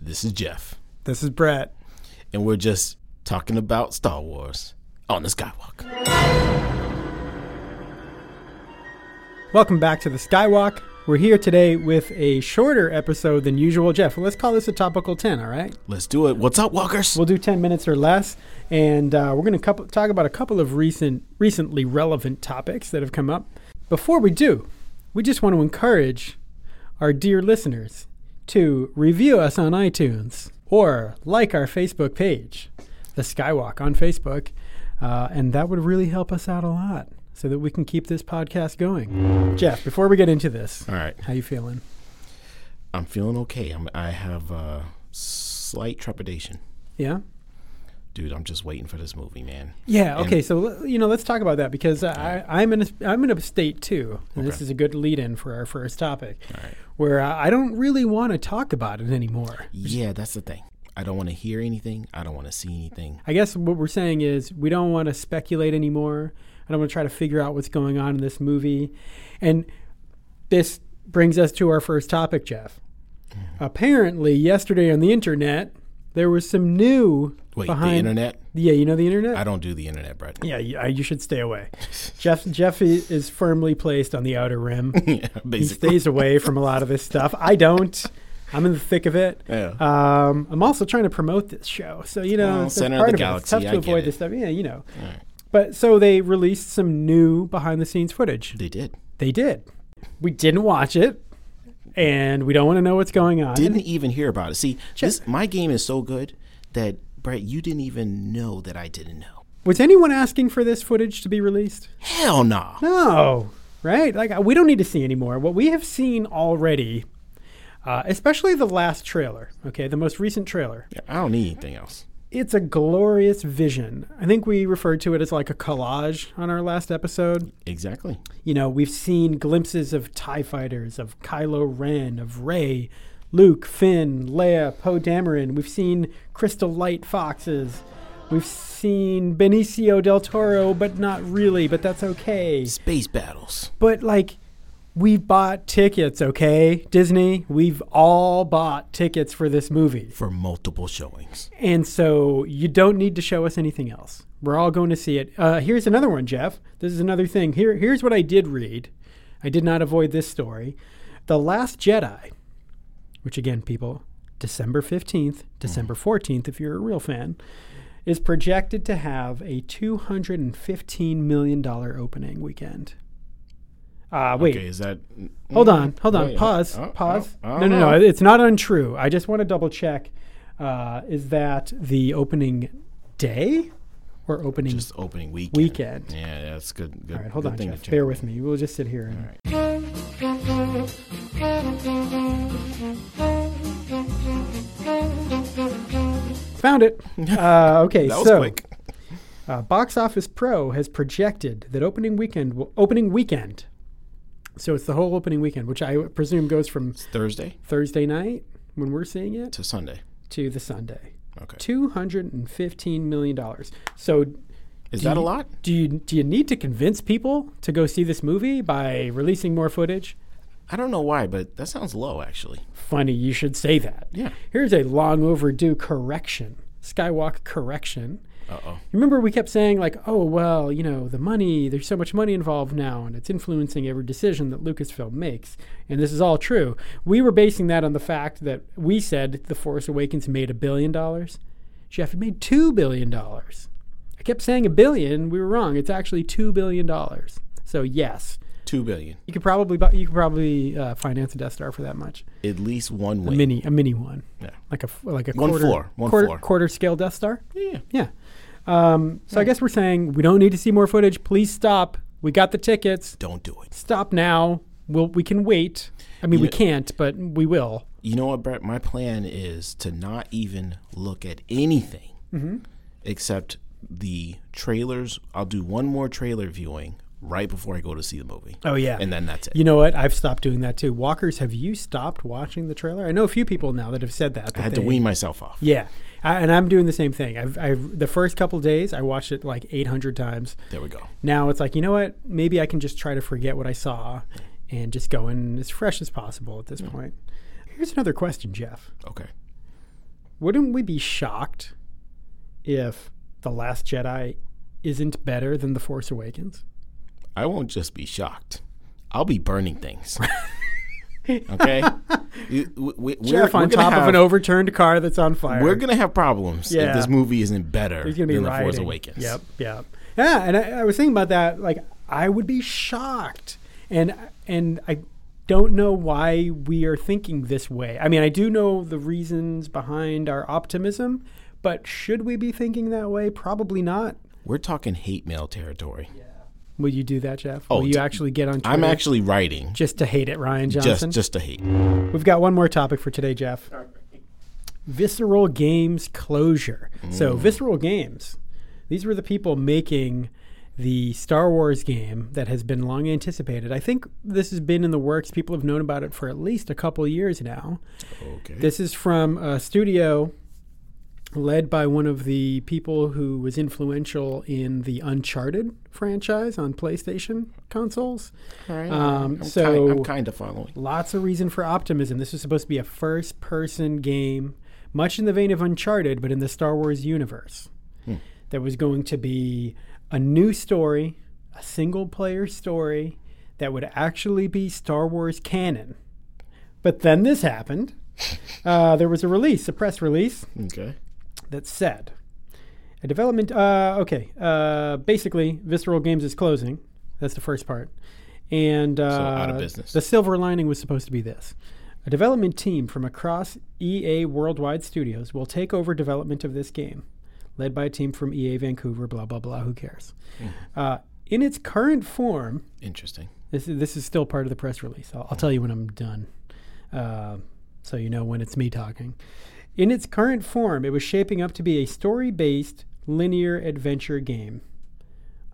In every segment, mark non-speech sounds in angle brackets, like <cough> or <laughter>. This is Jeff, This is Brett. and we're just talking about Star Wars on the Skywalk. Welcome back to the Skywalk. We're here today with a shorter episode than usual. Jeff, let's call this a topical 10, all right? Let's do it. What's up, Walkers? We'll do 10 minutes or less, and uh, we're going to talk about a couple of recent, recently relevant topics that have come up. Before we do, we just want to encourage our dear listeners to review us on iTunes or like our Facebook page, The Skywalk on Facebook, uh, and that would really help us out a lot so that we can keep this podcast going. Jeff, before we get into this, All right, how you feeling? I'm feeling okay. I'm, I have uh, slight trepidation, Yeah? dude. I'm just waiting for this movie, man. Yeah. And- Okay. So le- you know, let's talk about that because I, I'm in a, I'm in a state too, and this Okay. is a good lead-in for our first topic, All right. where I I don't really want to talk about it anymore. Yeah, that's the thing. I don't want to hear anything. I don't want to see anything. I guess what we're saying is we don't want to speculate anymore. I don't want to try to figure out what's going on in this movie, and this brings us to our first topic, Jeff. Apparently, yesterday on the internet, there was some new Wait, the behind. internet? Yeah, you know the internet. I don't do the internet, Brett. <laughs> Yeah, you, I- you should stay away. Jeff Jeff i- is firmly placed on the outer rim. <laughs> yeah, He basically. stays away from a lot of this stuff. I don't. I'm in the thick of it. Yeah. Um, I'm also trying to promote this show, so you know, Well, it's center of part the of it. It's tough galaxy, to I get avoid it. this stuff. Yeah, you know. right. But so they released some new behind the scenes footage. They did. They did. We didn't watch it, and we don't want to know what's going on. Didn't even hear about it. See, this, my game is so good that Brett, you didn't even know that I didn't know. Was anyone asking for this footage to be released? Hell no. No, right? Like uh, we don't need to see anymore. What we have seen already, uh, especially the last trailer. Okay, the most recent trailer. I don't need anything else. It's a glorious vision. I think we referred to it as like a collage on our last episode. Exactly. You know, we've seen glimpses of Tie Fighters, of Kylo Ren, of Rey, Luke, Finn, Leia, Poe Dameron. We've seen crystal light foxes. We've seen Benicio del Toro, but not really. But that's okay. Space battles. But like, we bought tickets, okay, Disney. We've all bought tickets for this movie, for multiple showings. and so you don't need to show us anything else. We're all going to see it. Uh, here's another one, Jeff. This is another thing. Here, here's what I did read. I did not avoid this story. The Last Jedi, which again, people, December fifteenth, December fourteenth, if you're a real fan, is projected to have a two hundred and fifteen million dollar opening weekend. Uh, wait, Okay, is that? Hold on, hold on. Wait, pause, uh, uh, pause. uh, no, no, no. uh. It's not untrue. I just want to double check. Uh, is that the opening day or opening? Just opening weekend. Weekend. Yeah, that's good. good All right, hold good on, thing to Jeff. check. Bear with me. We'll just sit here. And, <laughs> Found it. Uh, okay, That was so quick. Uh, Box Office Pro has projected that opening weekend will opening weekend. So it's the whole opening weekend, which I presume goes from Thursday Thursday night when we're seeing it to Sunday. to the Sunday. Okay. Two hundred and fifteen million dollars. So, Is do that a you- lot? Do you do you need to convince people to go see this movie by releasing more footage? I don't know why, but that sounds low actually. Funny you should say that. Yeah. Here's a long overdue correction. Skywalk correction. Uh oh. Remember we kept saying like, "Oh, well, you know, the money, there's so much money involved now and it's influencing every decision that Lucasfilm makes." And this is all true. We were basing that on the fact that we said The Force Awakens made a billion dollars. Jeff, it made 2 billion dollars. I kept saying a billion, we were wrong. It's actually 2 billion dollars. So, yes, Two billion. you could probably bu- you could probably uh, finance a Death Star for that much. At least one win. Mini, a mini one. Yeah. Like a f- like a One quarter floor, one quarter, floor. quarter scale Death Star. Yeah. Yeah. Um, so I guess we're saying we don't need to see more footage. Please stop. We got the tickets. Don't do it. Stop now. We'll, we can wait. I mean, we Yeah. can't, but we will. You know what, Brett? My plan is to not even look at anything Mm-hmm. except the trailers. I'll do one more trailer viewing right before I go to see the movie. Oh, yeah. And then that's it. You know what? I've stopped doing that too. Walkers, have you stopped watching the trailer? I know a few people now that have said that. I had to they- wean myself off. Yeah. I, and I'm doing the same thing. I've, I've the first couple days I watched it like 800 times. There we go. Now it's like, you know what? Maybe I can just try to forget what I saw and just go in as fresh as possible at this point. Here's another question, Jeff. Okay. wouldn't we be shocked if The Last Jedi isn't better than The Force Awakens? I won't just be shocked. I'll be burning <laughs> things. okay? You- we- we- Jeff on gonna top of have- an overturned car that's on fire. We're going to have problems Yeah. if this movie isn't better He's gonna be than riding. The Force Awakens. Yep, yep. Yeah, and I, I was thinking about that. Like, I would be shocked, and and I don't know why we are thinking this way. I mean, I do know the reasons behind our optimism, but should we be thinking that way? Probably not. We're talking hate mail territory. Will you do that, Jeff? Oh, Will you d- actually get on? Twitter I'm actually writing just to hate it, Ryan Johnson. just just to hate. We've got one more topic for today, Jeff. Visceral Games closure. So, Visceral Games, these were the people making the Star Wars game that has been long anticipated. I think this has been in the works. People have known about it for at least a couple of years now. Okay. This is from a studio led by one of the people who was influential in the Uncharted franchise on PlayStation consoles. All right. um, I'm so- ki- I'm kind of following. Lots of reason for optimism. This was supposed to be a first person game, much in the vein of Uncharted, but in the Star Wars universe. That was going to be a new story, a single player story that would actually be Star Wars canon. But then this happened. Uh, there was a release, a press release, Okay. that said, a development. Uh, okay, uh, basically, Visceral Games is closing. That's the first part. And uh, out of business. The silver lining was supposed to be this: a development team from across EA Worldwide Studios will take over development of this game, led by a team from EA Vancouver. Blah blah blah. Who cares? Mm-hmm. Uh, in its current form, Interesting. this is, this is still part of the press release. I'll, I'll tell you when I'm done, uh, so you know when it's me talking. In its current form, it was shaping up to be a story based linear adventure game.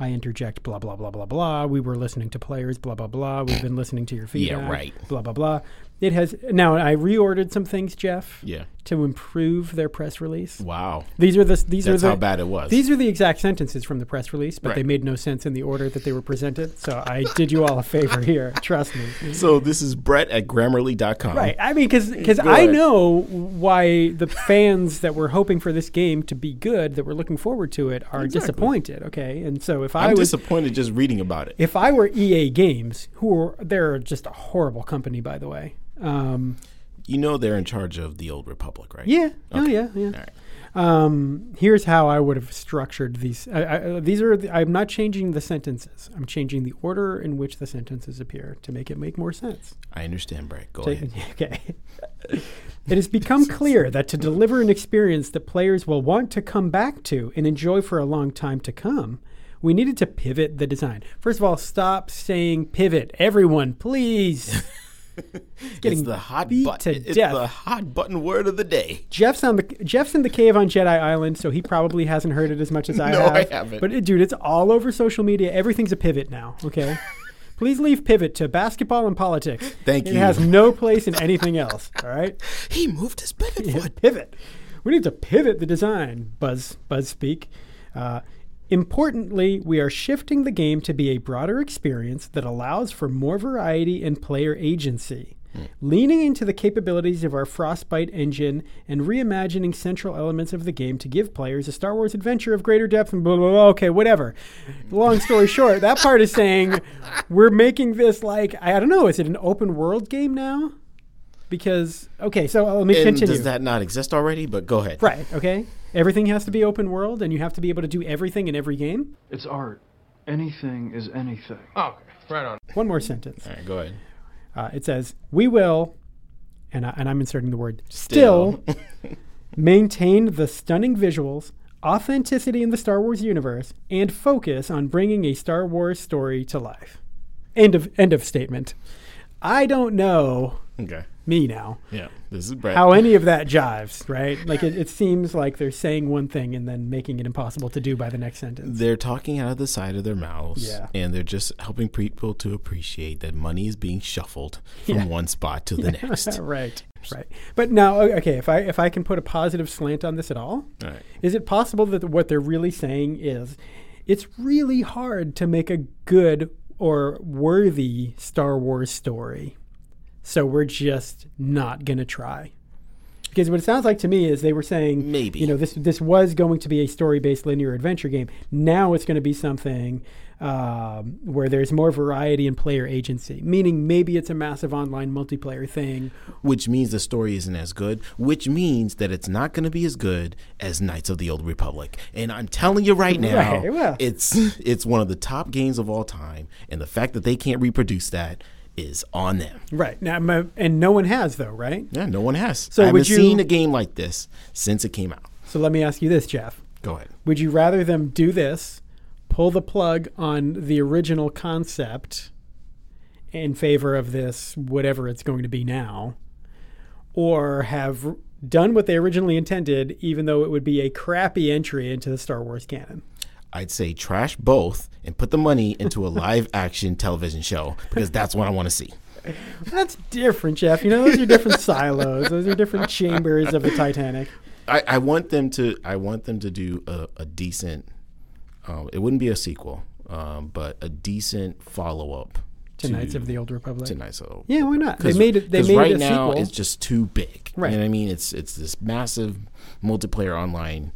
I interject, blah, blah, blah, blah, blah. We were listening to players, blah, blah, blah. We've been listening to your feedback. right. Blah, blah, blah. It has. Now, I reordered some things, Jeff, Yeah. to improve their press release. <laughs> Wow. These are the. These That's are the, how bad it was. these are the exact sentences from the press release, but they Right. made no sense in the order that they were presented. So I did you all a favor here. Trust me. so this is Brett at Grammarly.com. Right. I mean, because Go I ahead. know why the fans that were hoping for this game to be good, that were looking forward to it, are Exactly. disappointed. Okay. And so if I I'm was. disappointed just reading about it. If I were EA Games, who are they're just a horrible company, by the way. Um, You know they're in charge of the old republic, right? yeah, oh yeah, yeah. right. Um, here's how I would have structured these. I, I, these are the, I'm not changing the sentences. I'm changing the order in which the sentences appear to make it make more sense. I understand, Brett. Go Take- ahead. <laughs> Okay. it has become clear that to deliver an experience that players will want to come back to and enjoy for a long time to come, we needed to pivot the design. First of all, stop saying pivot. Everyone, please. getting it's the hot beat button. to it's death. the hot button word of the day. Jeff's on the Jeff's in the cave on Jedi Island, so he probably hasn't heard it as much as <laughs> I No, have. I haven't. But uh, dude, it's all over social media. Everything's a pivot now. <laughs> Okay, please leave pivot to basketball and politics. Thank it you. has no place in anything else. All right, He moved his pivot foot. pivot. We need to pivot the design. Buzz Buzz speak. Uh, Importantly, we are shifting the game to be a broader experience that allows for more variety and player agency. Hmm. Leaning into the capabilities of our Frostbite engine and reimagining central elements of the game to give players a Star Wars adventure of greater depth and blah, blah, blah. Okay, whatever. Long <laughs> story short, that part is saying we're making this like, I don't know, is it an open world game now? Because, okay, so uh, let me And continue. does that not exist already? But go ahead. Right. Okay. Everything has to be open world, and you have to be able to do everything in every game. It's art. Anything is anything. Okay, right on. One more sentence. All right, go ahead. Uh, it says, "We will," and, I, and I'm inserting the word still, <laughs> maintain the stunning visuals, authenticity in the Star Wars universe, and focus on bringing a Star Wars story to life. End of end of statement. I don't know Okay. me now Yeah. This is Brett. how any of that jives, right? Like it, it seems like they're saying one thing and then making it impossible to do by the next sentence. they're talking out of the side of their mouths Yeah. and they're just helping people to appreciate that money is being shuffled from one spot to <laughs> the next. right. Right. But now o- okay, if I if I can put a positive slant on this at all, All right. is it possible that what they're really saying is it's really hard to make a good or worthy Star Wars story. So we're just not going to try. Because what it sounds like to me is they were saying Maybe. you know this this was going to be a story based linear adventure game. Now it's going to be something um, where there's more variety and player agency. Meaning maybe it's a massive online multiplayer thing. which means the story isn't as good, which means that it's not going to be as good as Knights of the Old Republic. And I'm telling you right now, <laughs> Right, well. it's <laughs> it's one of the top games of all time, and the fact that they can't reproduce that is on them. Right now, my, and no one has though, right? Yeah, no one has. So I haven't would you- seen a game like this since it came out. So let me ask you this, Jeff. Go ahead. Would you rather them do this, pull the plug on the original concept in favor of this, whatever it's going to be now, or have done what they originally intended, even though it would be a crappy entry into the Star Wars canon? I'd say trash both and put the money into <laughs> a live action television show because that's what I want to see. That's different, Jeff. You know, those <laughs> are different silos, those are different chambers of the Titanic. I, I want them to. I want them to do a, a decent. Um, it wouldn't be a sequel, um, but a decent follow up To Knights of the Old Republic. to Knights of the Old Yeah, why not? They 'Cause- made it. They 'cause made right it a now sequel. it's just too big. Right. You know what I mean? It's it's this massive multiplayer online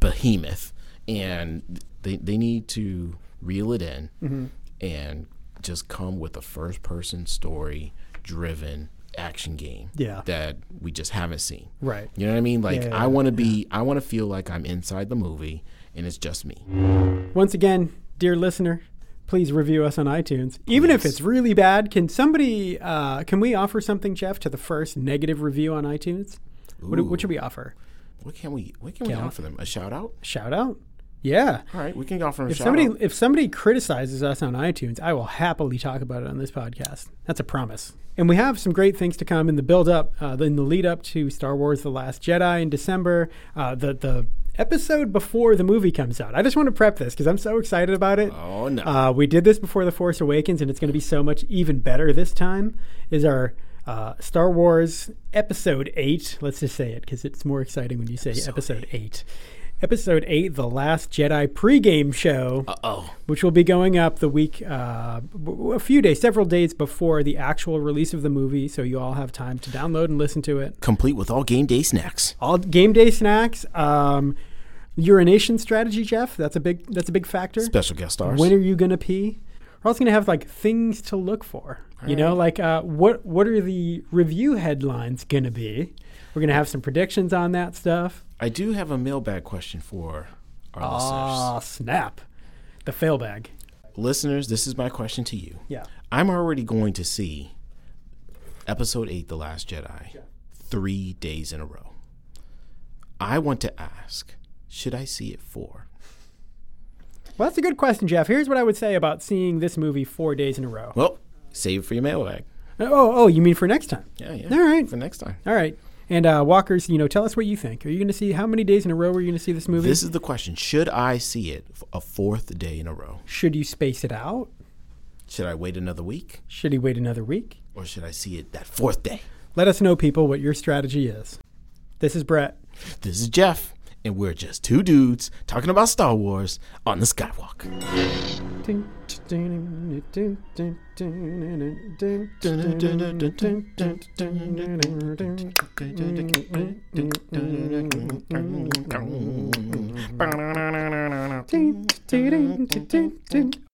behemoth, and they they need to reel it in Mm-hmm. and just come with a first person story driven action game. Yeah. that we just haven't seen. right. You know what I mean? Like Yeah, I want to be, I want to feel like I'm inside the movie and it's just me. Once again, dear listener, please review us on iTunes. Even if Yes. it's really bad, can somebody, uh, can we offer something, Jeff, to the first negative review on iTunes? What, do- what should we offer? What can we? What can we Can I- offer them? A shout out? Shout out? Yeah. All right, we can offer them a If shout somebody out. if somebody criticizes us on iTunes, I will happily talk about it on this podcast. That's a promise. And we have some great things to come in the build up, uh, in the lead up to Star Wars: The Last Jedi in December. Uh, the the episode before the movie comes out. I just want to prep this because I'm so excited about it. Oh no! Uh, we did this before The Force Awakens, and it's going to be so much even better this time. Is our uh, Star Wars Episode 8. Let's just say it because it's more exciting when you say Episode, 8. Episode 8, The Last Jedi pregame show, oh, which will be going up the week, uh, w- w- a few days, several days before the actual release of the movie. So you all have time to download and listen to it complete with all game day snacks. all game day snacks. Um, urination strategy, Jeff. That's a big. That's a big factor. Special guest stars. When are you gonna pee? We're also gonna have like things to look for. you know, like uh, what what are the review headlines gonna be? We're gonna have some predictions on that stuff. I do have a mailbag question for our Ah, snap! The fail bag. listeners. Listeners, this is my question to you. Yeah. I'm already going to see Episode 8 The Last Jedi three days in a row. I want to ask should I see it four? Well, that's a good question, Jeff. Here's what I would say about seeing this movie four days in a row. Well, save it for your mailbag. Oh, oh, you mean for next time? Yeah, yeah. All right. For next time. All right. And uh, Walkers, you know, tell us what you think. Are you going to see how many days in a row are you going to see this movie? This is the question. Should I see it f- a fourth day in a row? Should you space it out? Should I wait another week Should he wait another week? or should I see it that fourth day? Let us know, people, what your strategy is. This is Brett. This is Jeff, and we're just two dudes talking about Star Wars on the Skywalk.